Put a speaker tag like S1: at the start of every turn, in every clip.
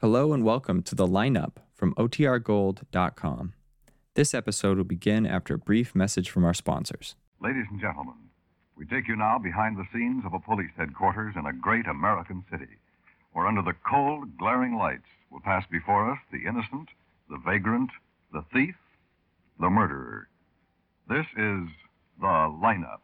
S1: Hello and welcome to the lineup from OTRGold.com. This episode will begin after a brief message from our sponsors.
S2: Ladies and gentlemen, we take you now behind the scenes of a police headquarters in a great American city, where under the cold, glaring lights will pass before us the innocent, the vagrant, the thief, the murderer. This is The Lineup.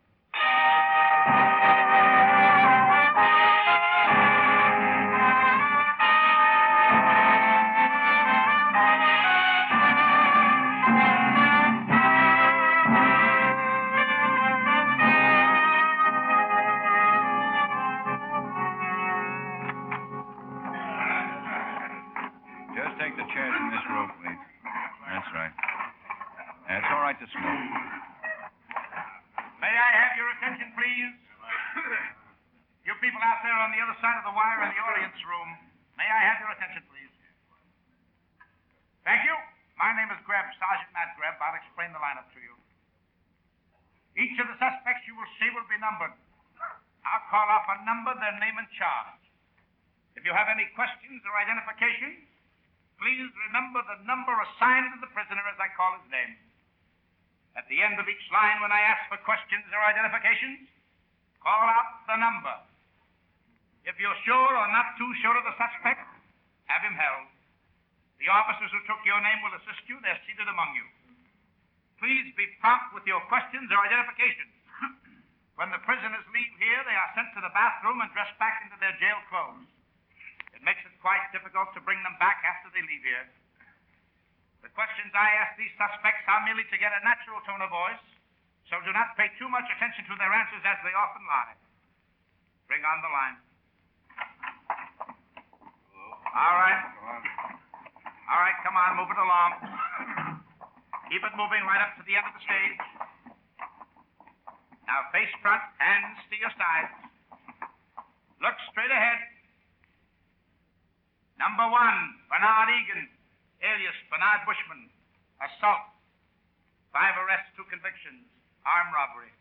S3: Just take the chairs in this row, please. That's right. That's all right to smoke.
S4: May I have your attention, please? you people out there on the other side of the wire in the audience room, may I have your attention, please? Thank you. My name is Greb, Sergeant Matt Greb. I'll explain the lineup to you. Each of the suspects you will see will be numbered. I'll call off a number, their name, and charge. If you have any questions or identifications, please remember the number assigned to the prisoner as I call his name. At the end of each line, when I ask for questions or identifications, call out the number. If you're sure or not too sure of the suspect, have him held. The officers who took your name will assist you. They're seated among you. Please be prompt with your questions or identifications. when the prisoners leave here, they are sent to the bathroom and dressed back into their jail clothes. It makes it quite difficult to bring them back after they leave here. The questions I ask these suspects are merely to get a natural tone of voice, so do not pay too much attention to their answers as they often lie. Bring on the line. All right. All right, come on, move it along. Keep it moving right up to the end of the stage. Now face front, hands to your sides. Look straight ahead. Number one, Bernard Egan, alias Bernard Bushman. Assault. Five arrests, two convictions. Armed robbery.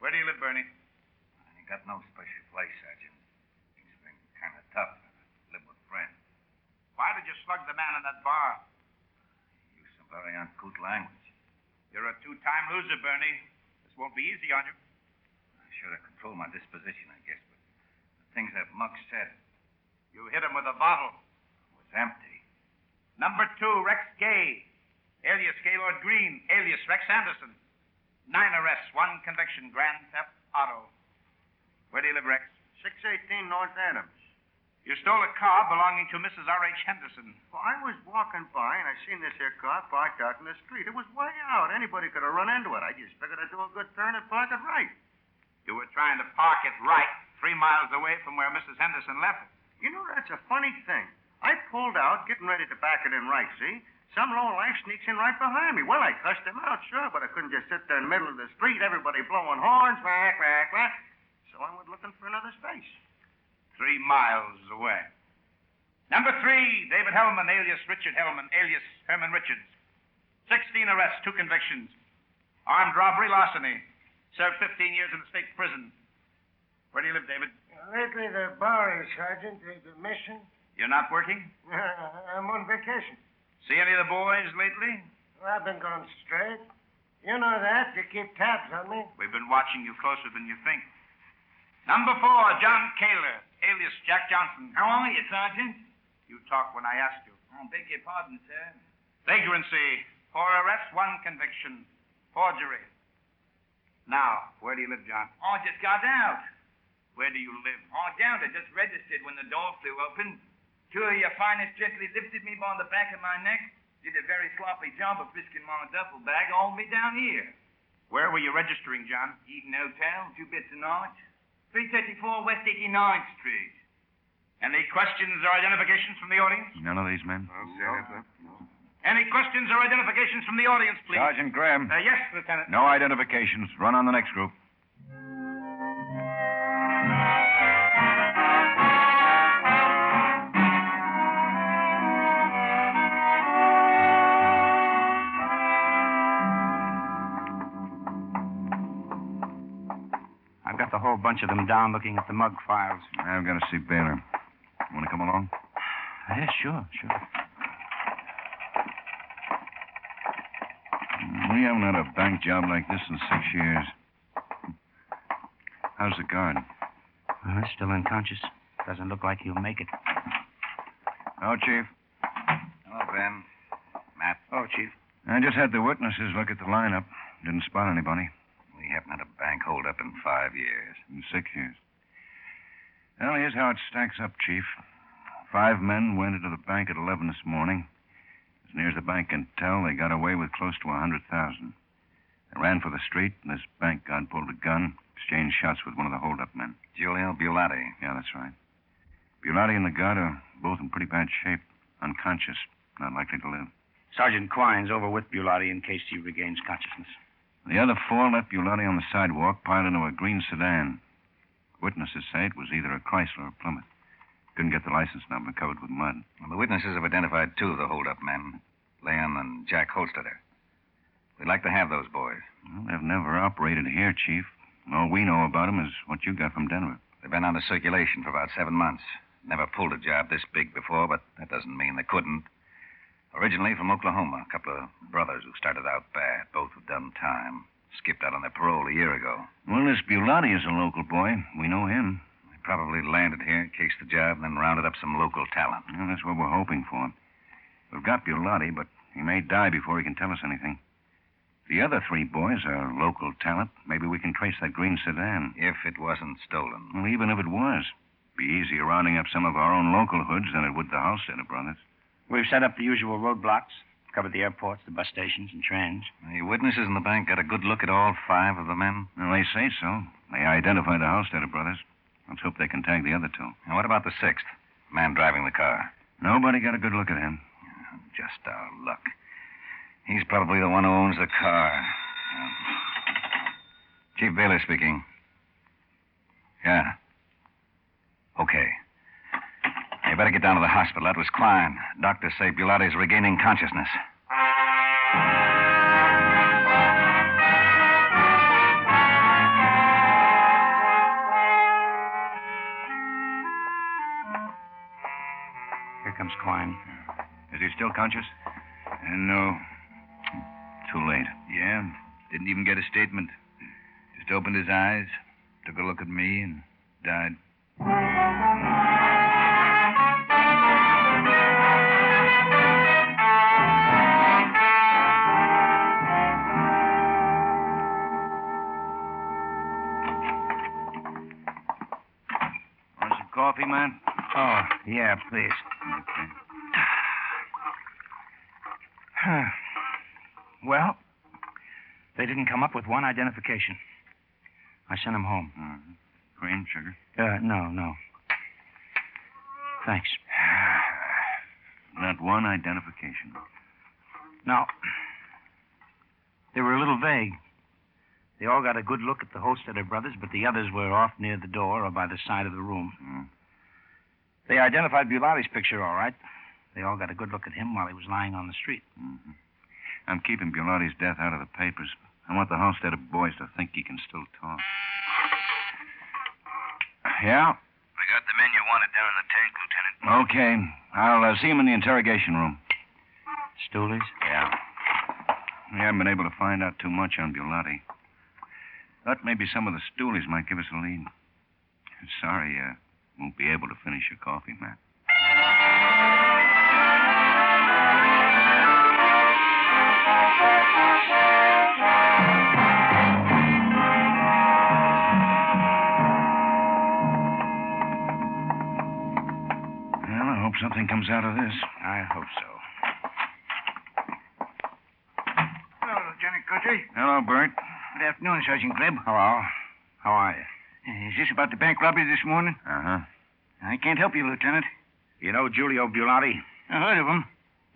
S4: Where do you live, Bernie?
S3: I ain't got no special place, Sergeant. Things have been kind of tough. I live with friends.
S4: Why did you slug the man in that bar?
S3: Use some very uncouth language.
S4: You're a two time loser, Bernie. This won't be easy on you.
S3: I should have controlled my disposition, I guess, but the things that Monk said
S4: You hit him with a bottle.
S3: was empty.
S4: Number two, Rex Gay, alias Gaylord Green, alias Rex Anderson. Nine arrests, one conviction, grand theft auto. Where do you live, Rex?
S5: 618 North Adams.
S4: You stole a car belonging to Mrs. R.H. Henderson.
S5: Well, I was walking by and I seen this here car parked out in the street. It was way out. Anybody could have run into it. I just figured I'd do a good turn and park it right.
S4: You were trying to park it right, three miles away from where Mrs. Henderson left it.
S5: You know, that's a funny thing. I pulled out, getting ready to back it in right, see? Some lowlife sneaks in right behind me. Well, I cussed him out, sure, but I couldn't just sit there in the middle of the street, everybody blowing horns, whack, whack, whack. So I went looking for another space.
S4: Three miles away. Number three, David Hellman, alias Richard Hellman, alias Herman Richards. 16 arrests, two convictions. Armed robbery, larceny. Served 15 years in the state prison. Where do you live, David?
S6: Lately, the bar is, Sergeant. The, the mission.
S4: You're not working?
S6: I'm on vacation.
S4: See any of the boys lately?
S6: Well, I've been going straight. You know that. You keep tabs on me.
S4: We've been watching you closer than you think. Number four, John Kaler, alias Jack Johnson. How are you, Sergeant? You talk when I ask you. I beg your pardon, sir. Vagrancy. Four arrests, one conviction. Forgery. Now, where do you live, John?
S7: I Oh, just got out.
S4: Where do you live?
S7: I down. I just registered when the door flew open. Two of your finest gently lifted me by the back of my neck, did a very sloppy job of frisking my duffel bag, hauled me down here.
S4: Where were you registering, John?
S7: Eaton Hotel, two bits a night. 334 West 89th Street.
S4: Any questions or identifications from the audience?
S3: None of these men?
S4: Any questions or identifications from the audience, please?
S3: Sergeant Graham.
S4: Uh, yes, Lieutenant.
S3: No identifications. Run on the next group.
S4: I've got the whole bunch of them down looking at the mug files.
S3: I'm going to see Baylor. Want to come Uh, along? Yeah, sure, sure. We haven't had a bank job like this in six years. How's the guard?
S4: Uh, still unconscious. Doesn't look like he'll make it.
S3: Hello, Chief.
S8: Hello, Ben. Matt.
S4: Oh, Chief.
S3: I just had the witnesses look at the lineup. Didn't spot anybody.
S8: We haven't had a bank holdup in five years.
S3: In six years. Well, here's how it stacks up, Chief. Five men went into the bank at 11 this morning. As near as the bank can tell, they got away with close to a 100000 They ran for the street, and this bank guard pulled a gun, exchanged shots with one of the holdup men.
S8: Julio Bulati.
S3: Yeah, that's right. Bulati and the guard are both in pretty bad shape, unconscious, not likely to live.
S4: Sergeant Quine's over with Bulati in case he regains consciousness.
S3: The other four left Bulati on the sidewalk, piled into a green sedan. Witnesses say it was either a Chrysler or Plymouth. Couldn't get the license number covered with mud.
S8: Well, the witnesses have identified two of the holdup men, Leon and Jack Holstetter. We'd like to have those boys.
S3: Well, they've never operated here, Chief. All we know about 'em is what you got from Denver.
S8: They've been out of circulation for about seven months. Never pulled a job this big before, but that doesn't mean they couldn't. Originally from Oklahoma, a couple of brothers who started out bad. Both have done time. Skipped out on their parole a year ago.
S3: Well, this Bulati is a local boy. We know him.
S8: They probably landed here, cased the job, and then rounded up some local talent.
S3: Well, that's what we're hoping for. We've got Bulati, but he may die before he can tell us anything. The other three boys are local talent. Maybe we can trace that green sedan.
S8: If it wasn't stolen.
S3: Well, even if it was, it'd be easier rounding up some of our own local hoods than it would the Halstetter brothers.
S4: We've set up the usual roadblocks, covered the airports, the bus stations, and trains.
S8: The witnesses in the bank got a good look at all five of the men.
S3: Well, they say so. They identify the Halstetter brothers. Let's hope they can tag the other two.
S8: And what about the sixth? Man driving the car.
S3: Nobody got a good look at him.
S8: Just our luck. He's probably the one who owns the car. Um, Chief Baylor speaking. Yeah. Okay. Now, You better get down to the hospital. That was Klein. Doctors say Bulati's regaining consciousness.
S4: Here comes Quine.
S3: Is he still conscious? Uh, no. Too late.
S9: Yeah, didn't even get a statement. Just opened his eyes, took a look at me, and died.
S3: Want some coffee, man?
S4: Oh, yeah, please. Huh. well, they didn't come up with one identification. I sent him home.
S3: Uh, cream, sugar.
S4: Uh, no, no. Thanks.
S3: Not one identification.
S4: Now, they were a little vague. They all got a good look at the Holstetter brothers, but the others were off near the door or by the side of the room.
S3: Hmm.
S4: They identified Bulati's picture all right. They all got a good look at him while he was lying on the street.
S3: Mhm. I'm keeping Bulati's death out of the papers. I want the Halstead boys to think he can still talk. Yeah?
S9: I got the men you wanted down in the tank, Lieutenant.
S3: Okay. I'll uh, see him in the interrogation room.
S4: Stoolies?
S3: Yeah. We haven't been able to find out too much on Bulati. Thought maybe some of the stoolies might give us a lead. Sorry, uh, won't be able to finish your coffee, Matt. Well, I hope something comes out of this.
S4: I hope so.
S10: Hello, Lieutenant Guthrie.
S3: Hello, Bert.
S4: Good afternoon, Sergeant Gleb. Hello. How are you?
S10: Uh, Is this about the bank robbery this morning?
S3: Uh huh.
S10: I can't help you, Lieutenant.
S4: You know Giulio Bulati?
S10: I heard of him.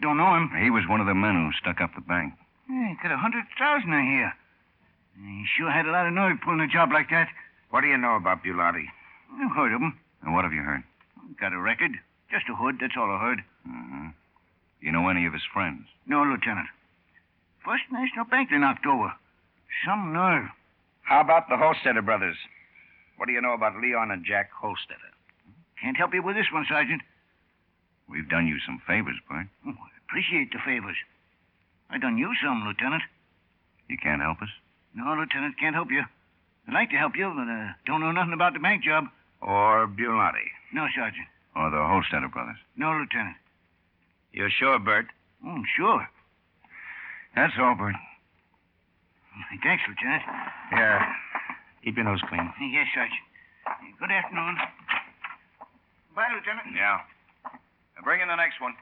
S10: Don't know him.
S3: He was one of the men who stuck up the bank.
S10: Hey, got a hundred thousand, I hear. Uh, He sure had a lot of nerve pulling a job like that.
S4: What do you know about Bulati?
S10: I heard of him.
S3: And what have you heard?
S10: Got a record. Just a hood, that's all I heard.
S3: Uh-huh. You know any of his friends?
S10: No, Lieutenant. First National Bank they knocked over. Some nerve.
S4: How about the Holstetter brothers? What do you know about Leon and Jack Holstetter?
S10: Can't help you with this one, Sergeant.
S11: We've done you some favors, Bert.
S12: Oh, I appreciate the favors. I done you some, Lieutenant.
S11: You can't help us?
S12: No, Lieutenant, can't help you. I'd like to help you, but uh, don't know nothing about the bank job.
S11: Or Bulati.
S12: No, Sergeant.
S11: Or the Holstetter brothers.
S12: No, Lieutenant.
S11: You're sure, Bert?
S12: Oh, I'm sure.
S11: That's all, Bert.
S12: Thanks, Lieutenant.
S11: Yeah. Keep your nose clean.
S12: Yes, Sergeant. Good afternoon.
S13: Bye, Lieutenant.
S11: Yeah. Now bring in the next one.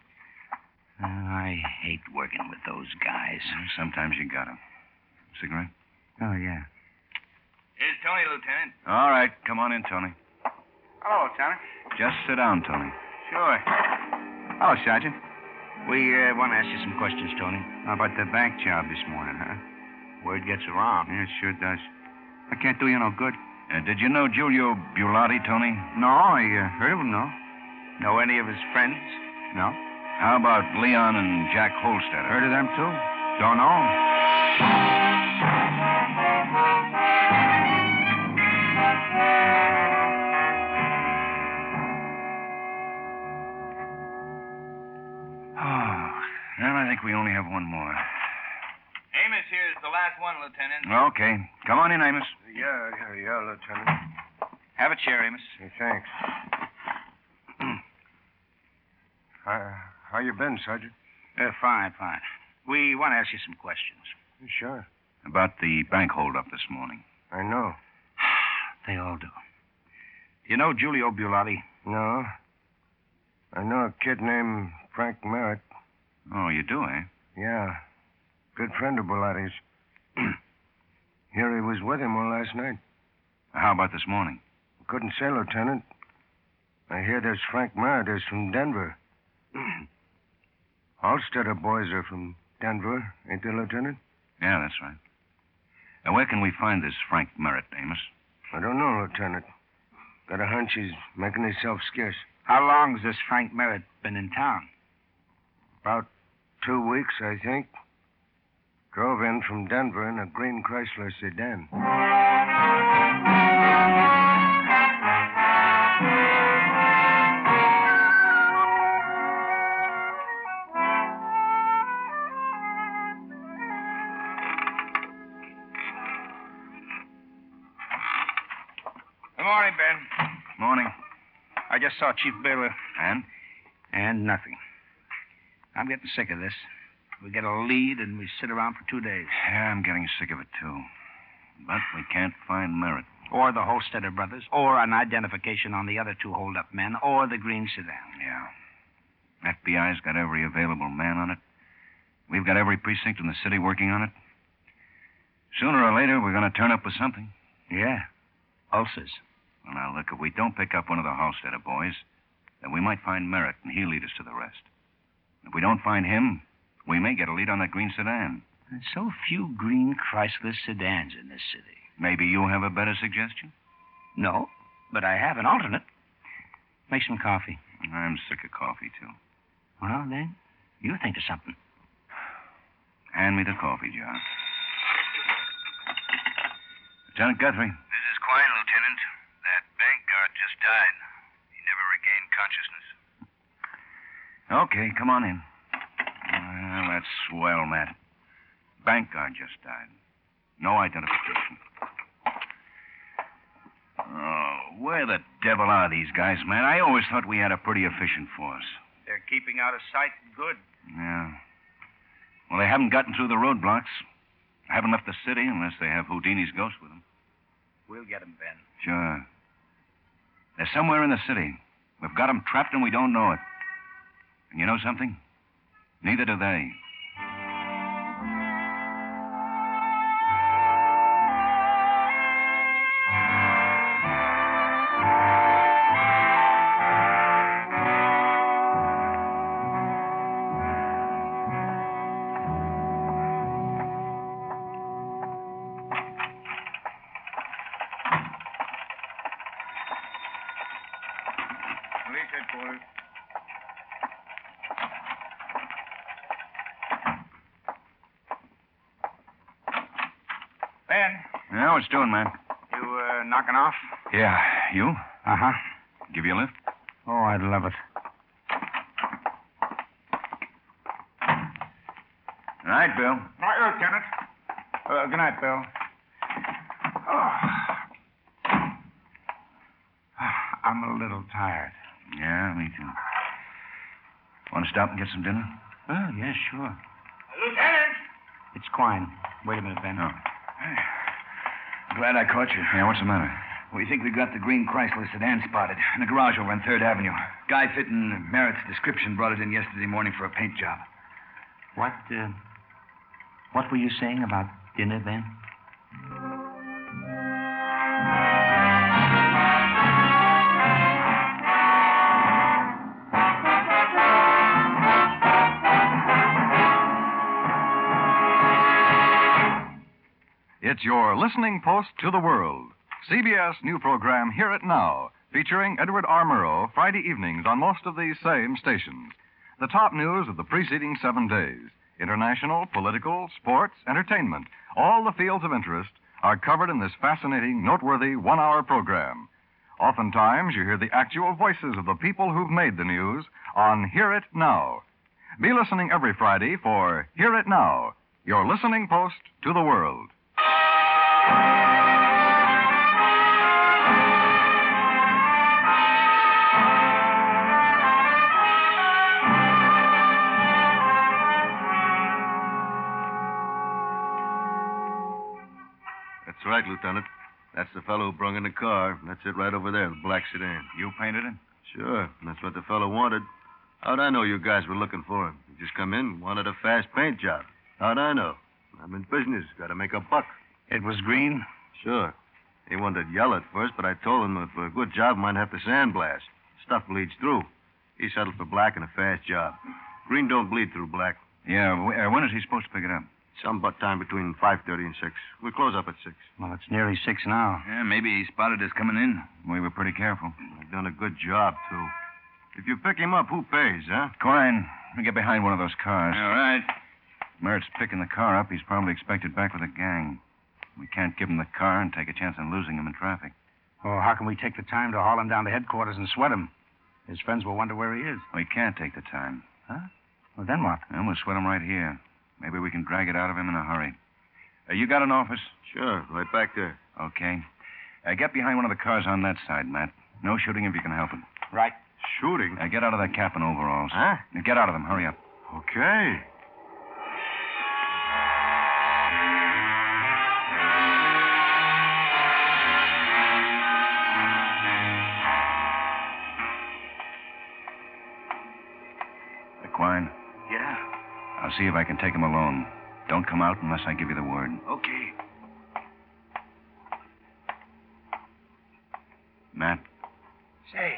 S4: Uh, I hate working with those guys.
S11: Sometimes you got them. Cigarette?
S4: Oh, yeah.
S3: Here's Tony, Lieutenant.
S11: All right. Come on in, Tony.
S13: Hello, Lieutenant.
S11: Just sit down, Tony.
S13: Sure.
S11: Hello, Sergeant.
S4: We uh, want to ask you some questions, Tony.
S11: How about the bank job this morning, huh?
S4: Word gets around.
S11: Yeah, it sure does. I can't do you no good.
S3: Uh, did you know Giulio Bulati, Tony?
S11: No, I uh, heard of him, no.
S4: Know any of his friends?
S11: No.
S3: How about Leon and Jack Holstetter?
S11: Heard of them, too? Don't know.
S3: Well, I think we only have one more.
S12: Amos here is the last one, Lieutenant.
S3: Okay. Come on in, Amos.
S6: Yeah, yeah, yeah, Lieutenant.
S3: Have a chair, Amos.
S6: Hey, thanks. how, how you been, Sergeant?
S4: Uh, fine, fine. We want to ask you some questions.
S6: Sure.
S3: About the bank holdup this morning.
S6: I know.
S4: they all do. You know Giulio Bulati?
S6: No. I know a kid named Frank Merritt.
S3: Oh, you do, eh?
S6: Yeah. Good friend of Bulati's. Here he was with him all last night.
S3: How about this morning?
S6: Couldn't say, Lieutenant. I hear there's Frank Meredith from Denver. Holstetter boys are from Denver, ain't they, Lieutenant?
S3: Yeah, that's right. Now, where can we find this Frank Merritt, Amos?
S6: I don't know, Lieutenant. Got a hunch he's making himself scarce.
S4: How long's this Frank Merritt been in town?
S6: About two weeks, I think. Drove in from Denver in a green Chrysler sedan.
S4: Good morning, Ben.
S3: Morning.
S4: I just saw Chief Baylor.
S3: And?
S4: And nothing. I'm getting sick of this. We get a lead and we sit around for two days.
S3: Yeah, I'm getting sick of it, too. But we can't find Merritt.
S4: Or the Holstetter brothers, or an identification on the other two holdup men, or the green sedan.
S3: Yeah. FBI's got every available man on it. We've got every precinct in the city working on it. Sooner or later, we're going to turn up with something.
S4: Yeah. Ulcers.
S3: Well, now, look, if we don't pick up one of the Holstetter boys, then we might find Merritt, and he'll lead us to the rest. If we don't find him, we may get a lead on that green sedan.
S4: There's so few green Chrysler sedans in this city.
S3: Maybe you have a better suggestion?
S4: No, but I have an alternate. Make some coffee.
S3: I'm sick of coffee, too.
S4: Well, then, you think of something.
S3: Hand me the coffee jar. Lieutenant Guthrie.
S14: This is Quine, Lieutenant. That bank guard just died. He never regained consciousness.
S3: Okay, come on in. Well, that's swell, Matt. Bank guard just died. No identification. Oh, where the devil are these guys, Matt? I always thought we had a pretty efficient force.
S4: They're keeping out of sight good.
S3: Yeah. Well, they haven't gotten through the roadblocks. I haven't left the city unless they have Houdini's ghost with them.
S4: We'll get them, Ben.
S3: Sure. They're somewhere in the city. We've got them trapped and we don't know it. And you know something? Neither do they.
S14: Police headquarters.
S4: Ben,
S3: Yeah, what's doing, Matt?
S4: you uh, knocking off?
S3: Yeah, you? Uh-huh.
S4: Uh huh.
S3: Give you a lift?
S4: Oh, I'd love it.
S3: right, Bill.
S4: All right, Lieutenant.
S3: Uh, good night, Bill.
S15: I'm a little tired.
S3: Yeah, me too. Want to stop and get some dinner?
S15: Oh, yeah, sure.
S4: Lieutenant!
S15: It's Quine. Wait a minute, Ben.
S3: Oh.
S7: Glad I caught you.
S3: Yeah, what's the matter?
S7: We think we've got the green Chrysler sedan spotted in a garage over on 3rd Avenue. Guy fitting Merritt's description brought it in yesterday morning for a paint job.
S15: What, uh, what were you saying about dinner, Ben?
S2: It's your listening post to the world. CBS new program Hear It Now, featuring Edward R. Murrow, Friday evenings on most of these same stations. The top news of the preceding seven days international, political, sports, entertainment, all the fields of interest are covered in this fascinating, noteworthy one hour program. Oftentimes, you hear the actual voices of the people who've made the news on Hear It Now. Be listening every Friday for Hear It Now, your listening post to the world.
S16: That's right, Lieutenant. That's the fellow who brung in the car. That's it right over there, the black sedan.
S3: You painted him?
S16: Sure. That's what the fellow wanted. How'd I know you guys were looking for him? He just come in, wanted a fast paint job. How'd I know? I'm in business. Gotta make a buck.
S3: It was green?
S16: Sure. He wanted yellow at first, but I told him that for a good job, might have to sandblast. Stuff bleeds through. He settled for black and a fast job. Green don't bleed through black.
S3: Yeah, wh- uh, when is he supposed to pick it up?
S16: Some butt time between 5.30 and 6. We close up at 6.
S15: Well, it's nearly 6 now.
S3: Yeah, maybe he spotted us coming in. We were pretty careful.
S16: They've done a good job, too. If you pick him up, who pays, huh?
S3: Corin, we get behind one of those cars.
S7: All right.
S3: Merritt's picking the car up. He's probably expected back with the gang. We can't give him the car and take a chance on losing him in traffic.
S15: Oh, how can we take the time to haul him down to headquarters and sweat him? His friends will wonder where he is.
S3: We can't take the time.
S15: Huh? Well, then what?
S3: Then we'll sweat him right here. Maybe we can drag it out of him in a hurry. Uh, you got an office?
S16: Sure, right back there.
S3: Okay. Uh, get behind one of the cars on that side, Matt. No shooting if you can help it.
S15: Right.
S16: Shooting?
S3: Uh, get out of that cap and overalls. Uh,
S16: Huh?
S3: Get out of them. Hurry up.
S16: Okay.
S3: Quine,
S17: Yeah.
S3: I'll see if I can take him alone. Don't come out unless I give you the word.
S17: Okay.
S3: Matt,
S17: Say,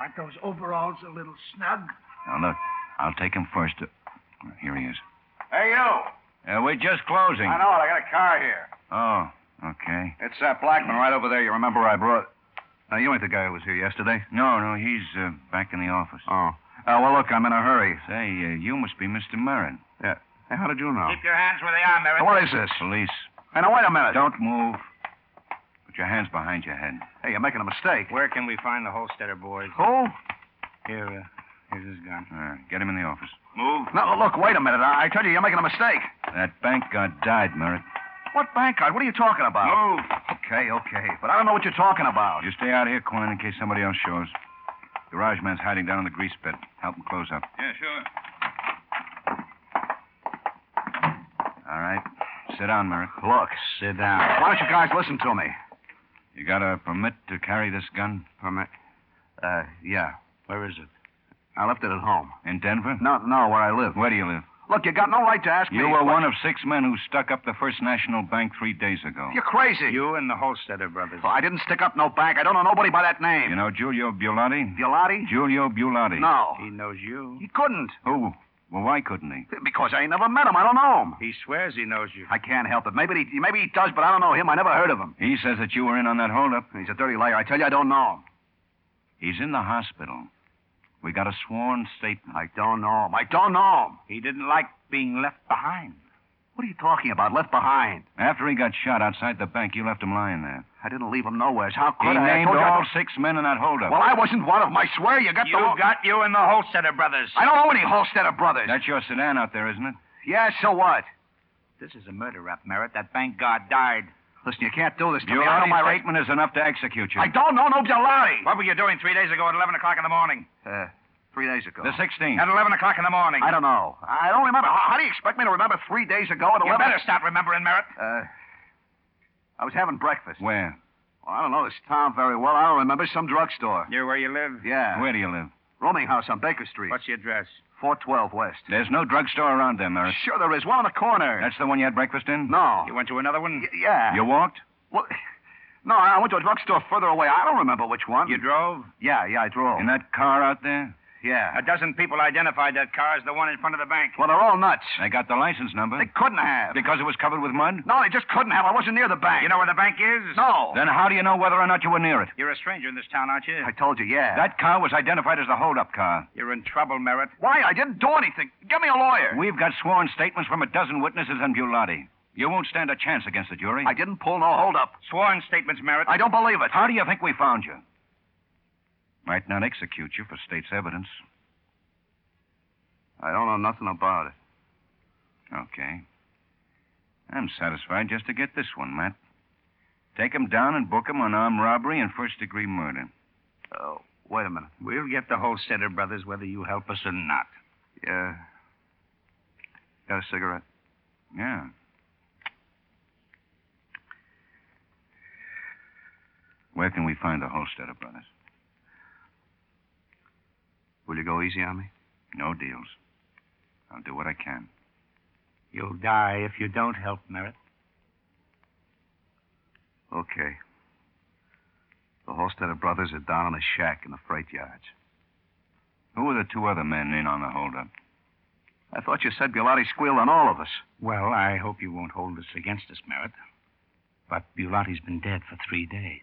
S17: aren't those overalls a little snug?
S3: now look, I'll take him first. To... Here he is.
S18: Hey, you.
S3: Uh, we're just closing.
S18: I know it. I got a car here.
S3: Oh, okay.
S18: It's that Blackman right over there. You remember I brought. Now, you ain't the guy who was here yesterday.
S3: No, no, he's uh, back in the office.
S18: Oh. Uh, well, look, I'm in a hurry.
S3: Say, uh, you must be Mr. Merritt.
S18: Hey, how did you know?
S4: Keep your hands where they are, Merritt.
S18: Now, what is this?
S3: Police.
S18: Hey, now, wait a minute.
S3: Don't move. Put your hands behind your head.
S18: Hey, you're making a mistake.
S15: Where can we find the Holstetter boys?
S18: Who?
S15: Here, uh, here's his gun.
S3: Uh, get him in the office.
S18: Move. No, look, wait a minute. I, I tell you, you're making a mistake.
S3: That bank guard died, Merritt.
S18: What bank card? What are you talking about?
S3: Move.
S18: Okay, okay. But I don't know what you're talking about.
S3: You stay out here, Quine, in case somebody else shows. Garage man's hiding down in the grease pit. Help him close up.
S18: Yeah, sure.
S3: All right. Sit down, Merritt.
S18: Look,
S15: Sit down.
S18: why don't you guys listen to me?
S3: You got a permit to carry this gun?
S18: Permit? Uh, yeah.
S15: Where is it?
S18: I left it at home.
S3: In Denver?
S18: No, no, where I live.
S3: Where do you live?
S18: Look, you got no right to ask me.
S3: You were one of six men who stuck up the First National Bank three days ago.
S18: You're crazy.
S15: You and the Holstetter brothers.
S18: Oh, I didn't stick up no bank. I don't know nobody by that name.
S3: You know Giulio Bulati?
S18: Giulotti?
S3: Giulio Bulati.
S18: No.
S15: He knows you.
S18: He couldn't.
S3: Who? Well, why couldn't he?
S18: Because I ain't never met him. I don't know him.
S15: He swears he knows you.
S18: I can't help it. Maybe he, maybe he does, but I don't know him. I never heard of him.
S3: He says that you were in on that holdup.
S18: He's a dirty liar. I tell you, I don't know him.
S3: He's in the hospital. We got a sworn statement.
S18: I don't know him. I don't know him.
S15: He didn't like being left behind.
S18: What are you talking about? Left behind.
S3: After he got shot outside the bank, you left him lying there.
S18: I didn't leave him nowhere. How could
S3: He
S18: I? I
S3: named
S18: told you I
S3: all
S18: don't-
S3: six men in that holdup.
S18: Well, I wasn't one of them. I swear you got
S15: You
S18: the.
S15: got you and the Holstetter brothers.
S18: I don't know any Holstetter brothers.
S3: That's your sedan out there, isn't it? Yeah, so what?
S4: This is a murder rap, Merritt. That bank guard died. Listen, you can't do this to
S19: Your
S4: me. I know my right.
S19: statement is enough to execute you.
S4: I don't know no Jolari.
S3: What were you doing three days ago at 11 o'clock in the morning?
S19: Uh, three days ago. The 16th.
S3: At 11 o'clock in the morning.
S19: I don't know. I don't remember. How, how do you expect me to remember three days ago at 11?
S3: You better stop remembering, Merritt.
S19: Uh, I was having breakfast.
S3: Where?
S19: Well, I don't know this town very well. I don't remember. Some drugstore.
S3: Near where you live?
S19: Yeah.
S3: Where do you live?
S19: Roaming house on Baker Street.
S3: What's the address?
S19: 412 West.
S3: There's no drugstore around there, Merritt.
S19: Sure there is. One on the corner.
S3: That's the one you had breakfast in?
S19: No.
S3: You went to another one?
S19: Y- yeah.
S3: You walked?
S19: Well, no, I went to a drugstore further away. I don't remember which one.
S3: You drove?
S19: Yeah, yeah, I drove.
S3: In that car out there?
S19: Yeah.
S3: A dozen people identified that car as the one in front of the bank.
S19: Well, they're all nuts.
S3: They got the license number.
S19: They couldn't have.
S3: Because it was covered with mud?
S19: No, they just couldn't have. I wasn't near the bank.
S3: You know where the bank is?
S19: No.
S3: Then how do you know whether or not you were near it? You're a stranger in this town, aren't you?
S19: I told you, yeah.
S3: That car was identified as the holdup car. You're in trouble, Merritt.
S19: Why? I didn't do anything. Get me a lawyer.
S3: We've got sworn statements from a dozen witnesses and Bulati. You won't stand a chance against the jury.
S19: I didn't pull no holdup.
S3: Sworn statements, Merritt.
S19: I don't believe it.
S3: How do you think we found you? Might not execute you for state's evidence.
S19: I don't know nothing about it.
S3: Okay. I'm satisfied just to get this one, Matt. Take 'em down and book 'em on armed robbery and first degree murder.
S4: Oh, wait a minute. We'll get the whole set of brothers whether you help us or not.
S19: Yeah. Got a cigarette?
S3: Yeah. Where can we find the Holstetter brothers?
S19: Will you go easy on me?
S3: No deals. I'll do what I can.
S4: You'll die if you don't help, Merritt.
S19: Okay. The Holstetter brothers are down in a shack in the freight yards.
S3: Who were the two other men in on the holdup?
S19: I thought you said Bulati squealed on all of us.
S4: Well, I hope you won't hold this against us, Merritt. But Bulati's been dead for three days.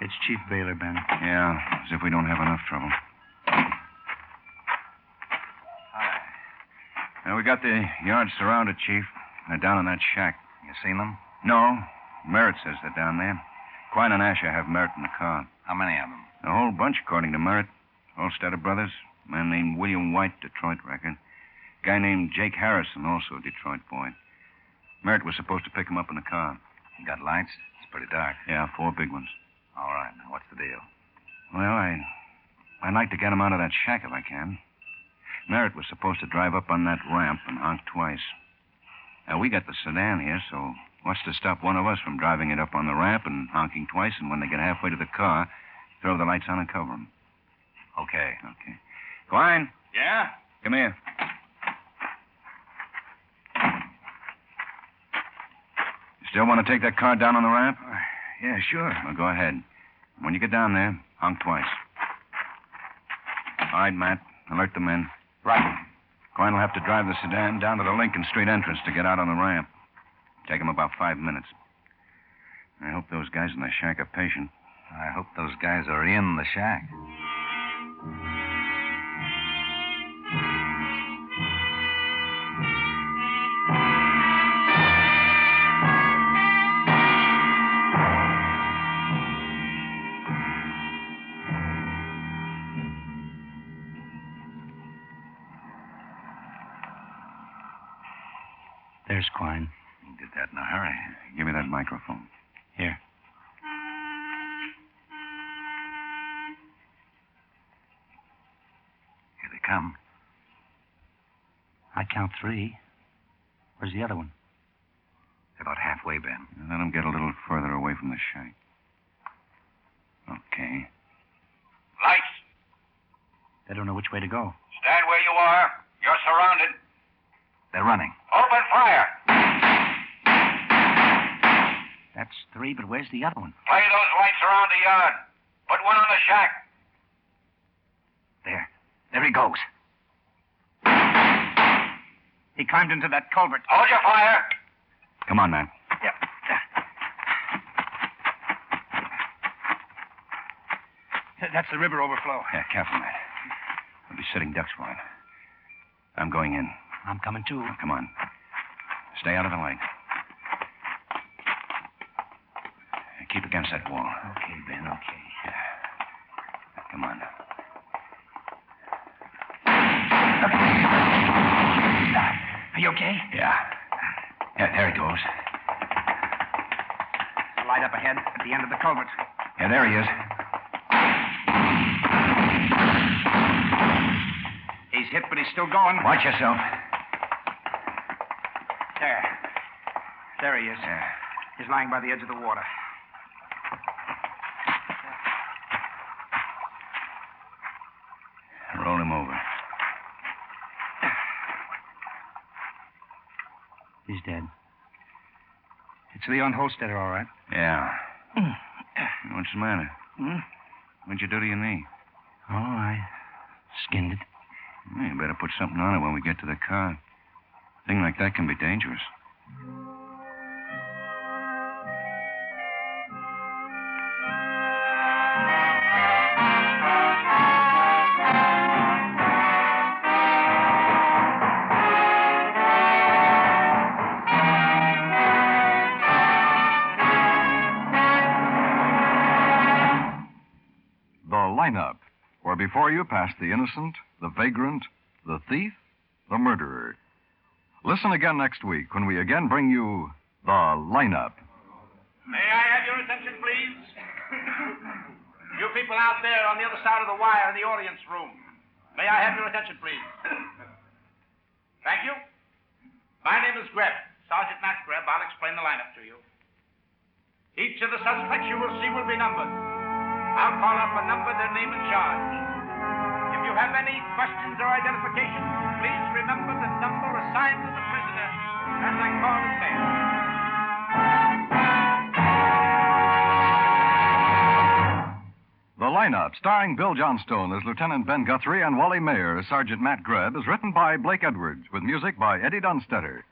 S4: It's Chief Baylor, Ben.
S3: Yeah, as if we don't have enough trouble. Now, we got the yard surrounded, Chief. They're down in that shack.
S20: You seen them?
S3: No, Merritt says they're down there. Quine and Asher have Merritt in the car.
S20: How many of them?
S3: A whole bunch, according to Merritt. Holstetter brothers, a man named William White, Detroit record. A guy named Jake Harrison, also a Detroit boy. Merritt was supposed to pick him up in the car.
S20: You got lights? It's pretty dark.
S3: Yeah, four big ones.
S20: All right. Now, what's the deal?
S3: Well, I, I'd like to get him out of that shack if I can. Merritt was supposed to drive up on that ramp and honk twice. Now, we got the sedan here, so what's to stop one of us from driving it up on the ramp and honking twice, and when they get halfway to the car, throw the lights on and cover 'em.
S20: Okay.
S3: Okay. Quine,
S18: Yeah?
S3: come here. You still want to take that car down on the ramp?
S20: Uh, Yeah, sure.
S3: Well, go ahead. When you get down there, honk twice. All right, Matt. Alert the men.
S20: Right.
S3: Quine will have to drive the sedan down to the Lincoln Street entrance to get out on the ramp. Take him about five minutes. I hope those guys in the shack are patient.
S20: I hope those guys are in the shack.
S4: There's Quine.
S20: You did that in a hurry.
S3: Give me that microphone.
S4: Here.
S20: Here they come.
S4: I count three. Where's the other one?
S20: They're about halfway, Ben.
S3: Let them get a little further away from the shack. Okay.
S18: Lights,
S4: They don't know which way to go.
S18: stand where you are. You're surrounded.
S20: They're running.
S18: Open fire.
S4: That's three, but where's the other one?
S18: Play those lights around the yard. Put one on the shack.
S20: There. There he goes.
S4: He climbed into that culvert.
S18: Hold your fire.
S3: Come on, Matt.
S4: Yep.
S21: That's the river overflow.
S22: Yeah, careful, Matt. We'll be sitting ducks for it. I'm going in.
S21: I'm coming too.
S22: Oh, come on. Stay out of the light. Keep against that wall.
S21: Okay, Ben, okay.
S22: Yeah. Come on.
S21: Are you okay?
S22: Yeah. Yeah, there he goes.
S21: There's a light up ahead at the end of the culvert.
S22: Yeah, there he is.
S21: He's hit, but he's still going.
S22: Watch yourself.
S21: There. There he is.
S22: Yeah.
S21: He's lying by the edge of the water.
S22: Roll him over.
S21: He's dead. It's Leon Holstetter, all right.
S22: Yeah. Mm. What's the matter?
S21: Hmm?
S22: What'd you do to your knee?
S21: Oh, I skinned it.
S22: Well, you better put something on it when we get to the car. A thing like that can be dangerous.
S3: lineup, where before you pass the innocent, the vagrant, the thief, the murderer. Listen again next week when we again bring you the lineup.
S4: May I have your attention, please? you people out there on the other side of the wire in the audience room, may I have your attention, please? Thank you. My name is Greb, Sergeant Matt Greb. I'll explain the lineup to you. Each of the suspects you will see will be numbered. I'll call up a number, their name, and charge. If you have any questions or identification, please remember the number assigned to the prisoner as I call his name.
S3: The lineup, starring Bill Johnstone as Lieutenant Ben Guthrie and Wally Mayer as Sergeant Matt Greb, is written by Blake Edwards with music by Eddie Dunstetter.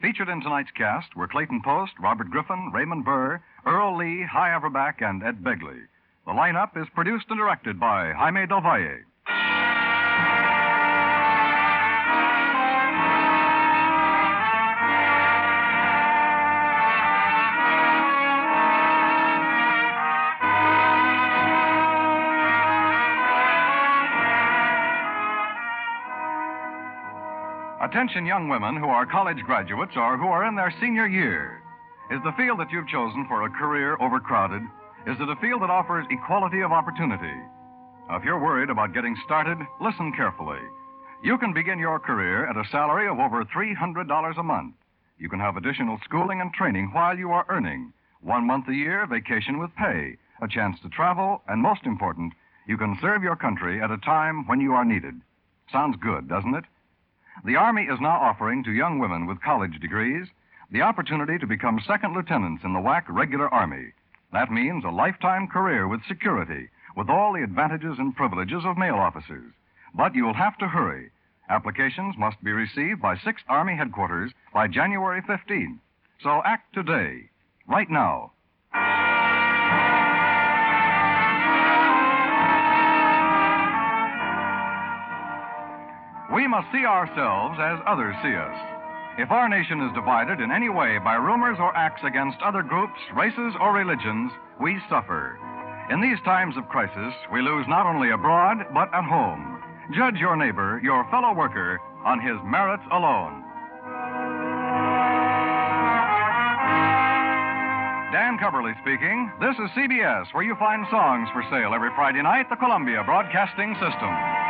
S3: Featured in tonight's cast were Clayton Post, Robert Griffin, Raymond Burr, Earl Lee, High Everback, and Ed Begley. The lineup is produced and directed by Jaime Del Valle. Attention, young women who are college graduates or who are in their senior year. Is the field that you've chosen for a career overcrowded? Is it a field that offers equality of opportunity? Now, if you're worried about getting started, listen carefully. You can begin your career at a salary of over $300 a month. You can have additional schooling and training while you are earning. One month a year, vacation with pay, a chance to travel, and most important, you can serve your country at a time when you are needed. Sounds good, doesn't it? The Army is now offering to young women with college degrees the opportunity to become second lieutenants in the WAC regular Army. That means a lifetime career with security, with all the advantages and privileges of mail officers. But you'll have to hurry. Applications must be received by 6th Army Headquarters by January 15th. So act today, right now. We must see ourselves as others see us. If our nation is divided in any way by rumors or acts against other groups, races, or religions, we suffer. In these times of crisis, we lose not only abroad, but at home. Judge your neighbor, your fellow worker, on his merits alone. Dan Coverly speaking. This is CBS, where you find songs for sale every Friday night, the Columbia Broadcasting System.